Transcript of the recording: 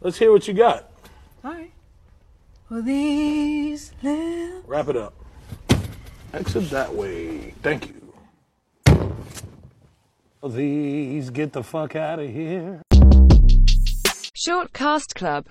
Let's hear what you got. All right. Well, these lips. Wrap it up. Exit that way. Thank you. These get the fuck out of here. Shortcast Club.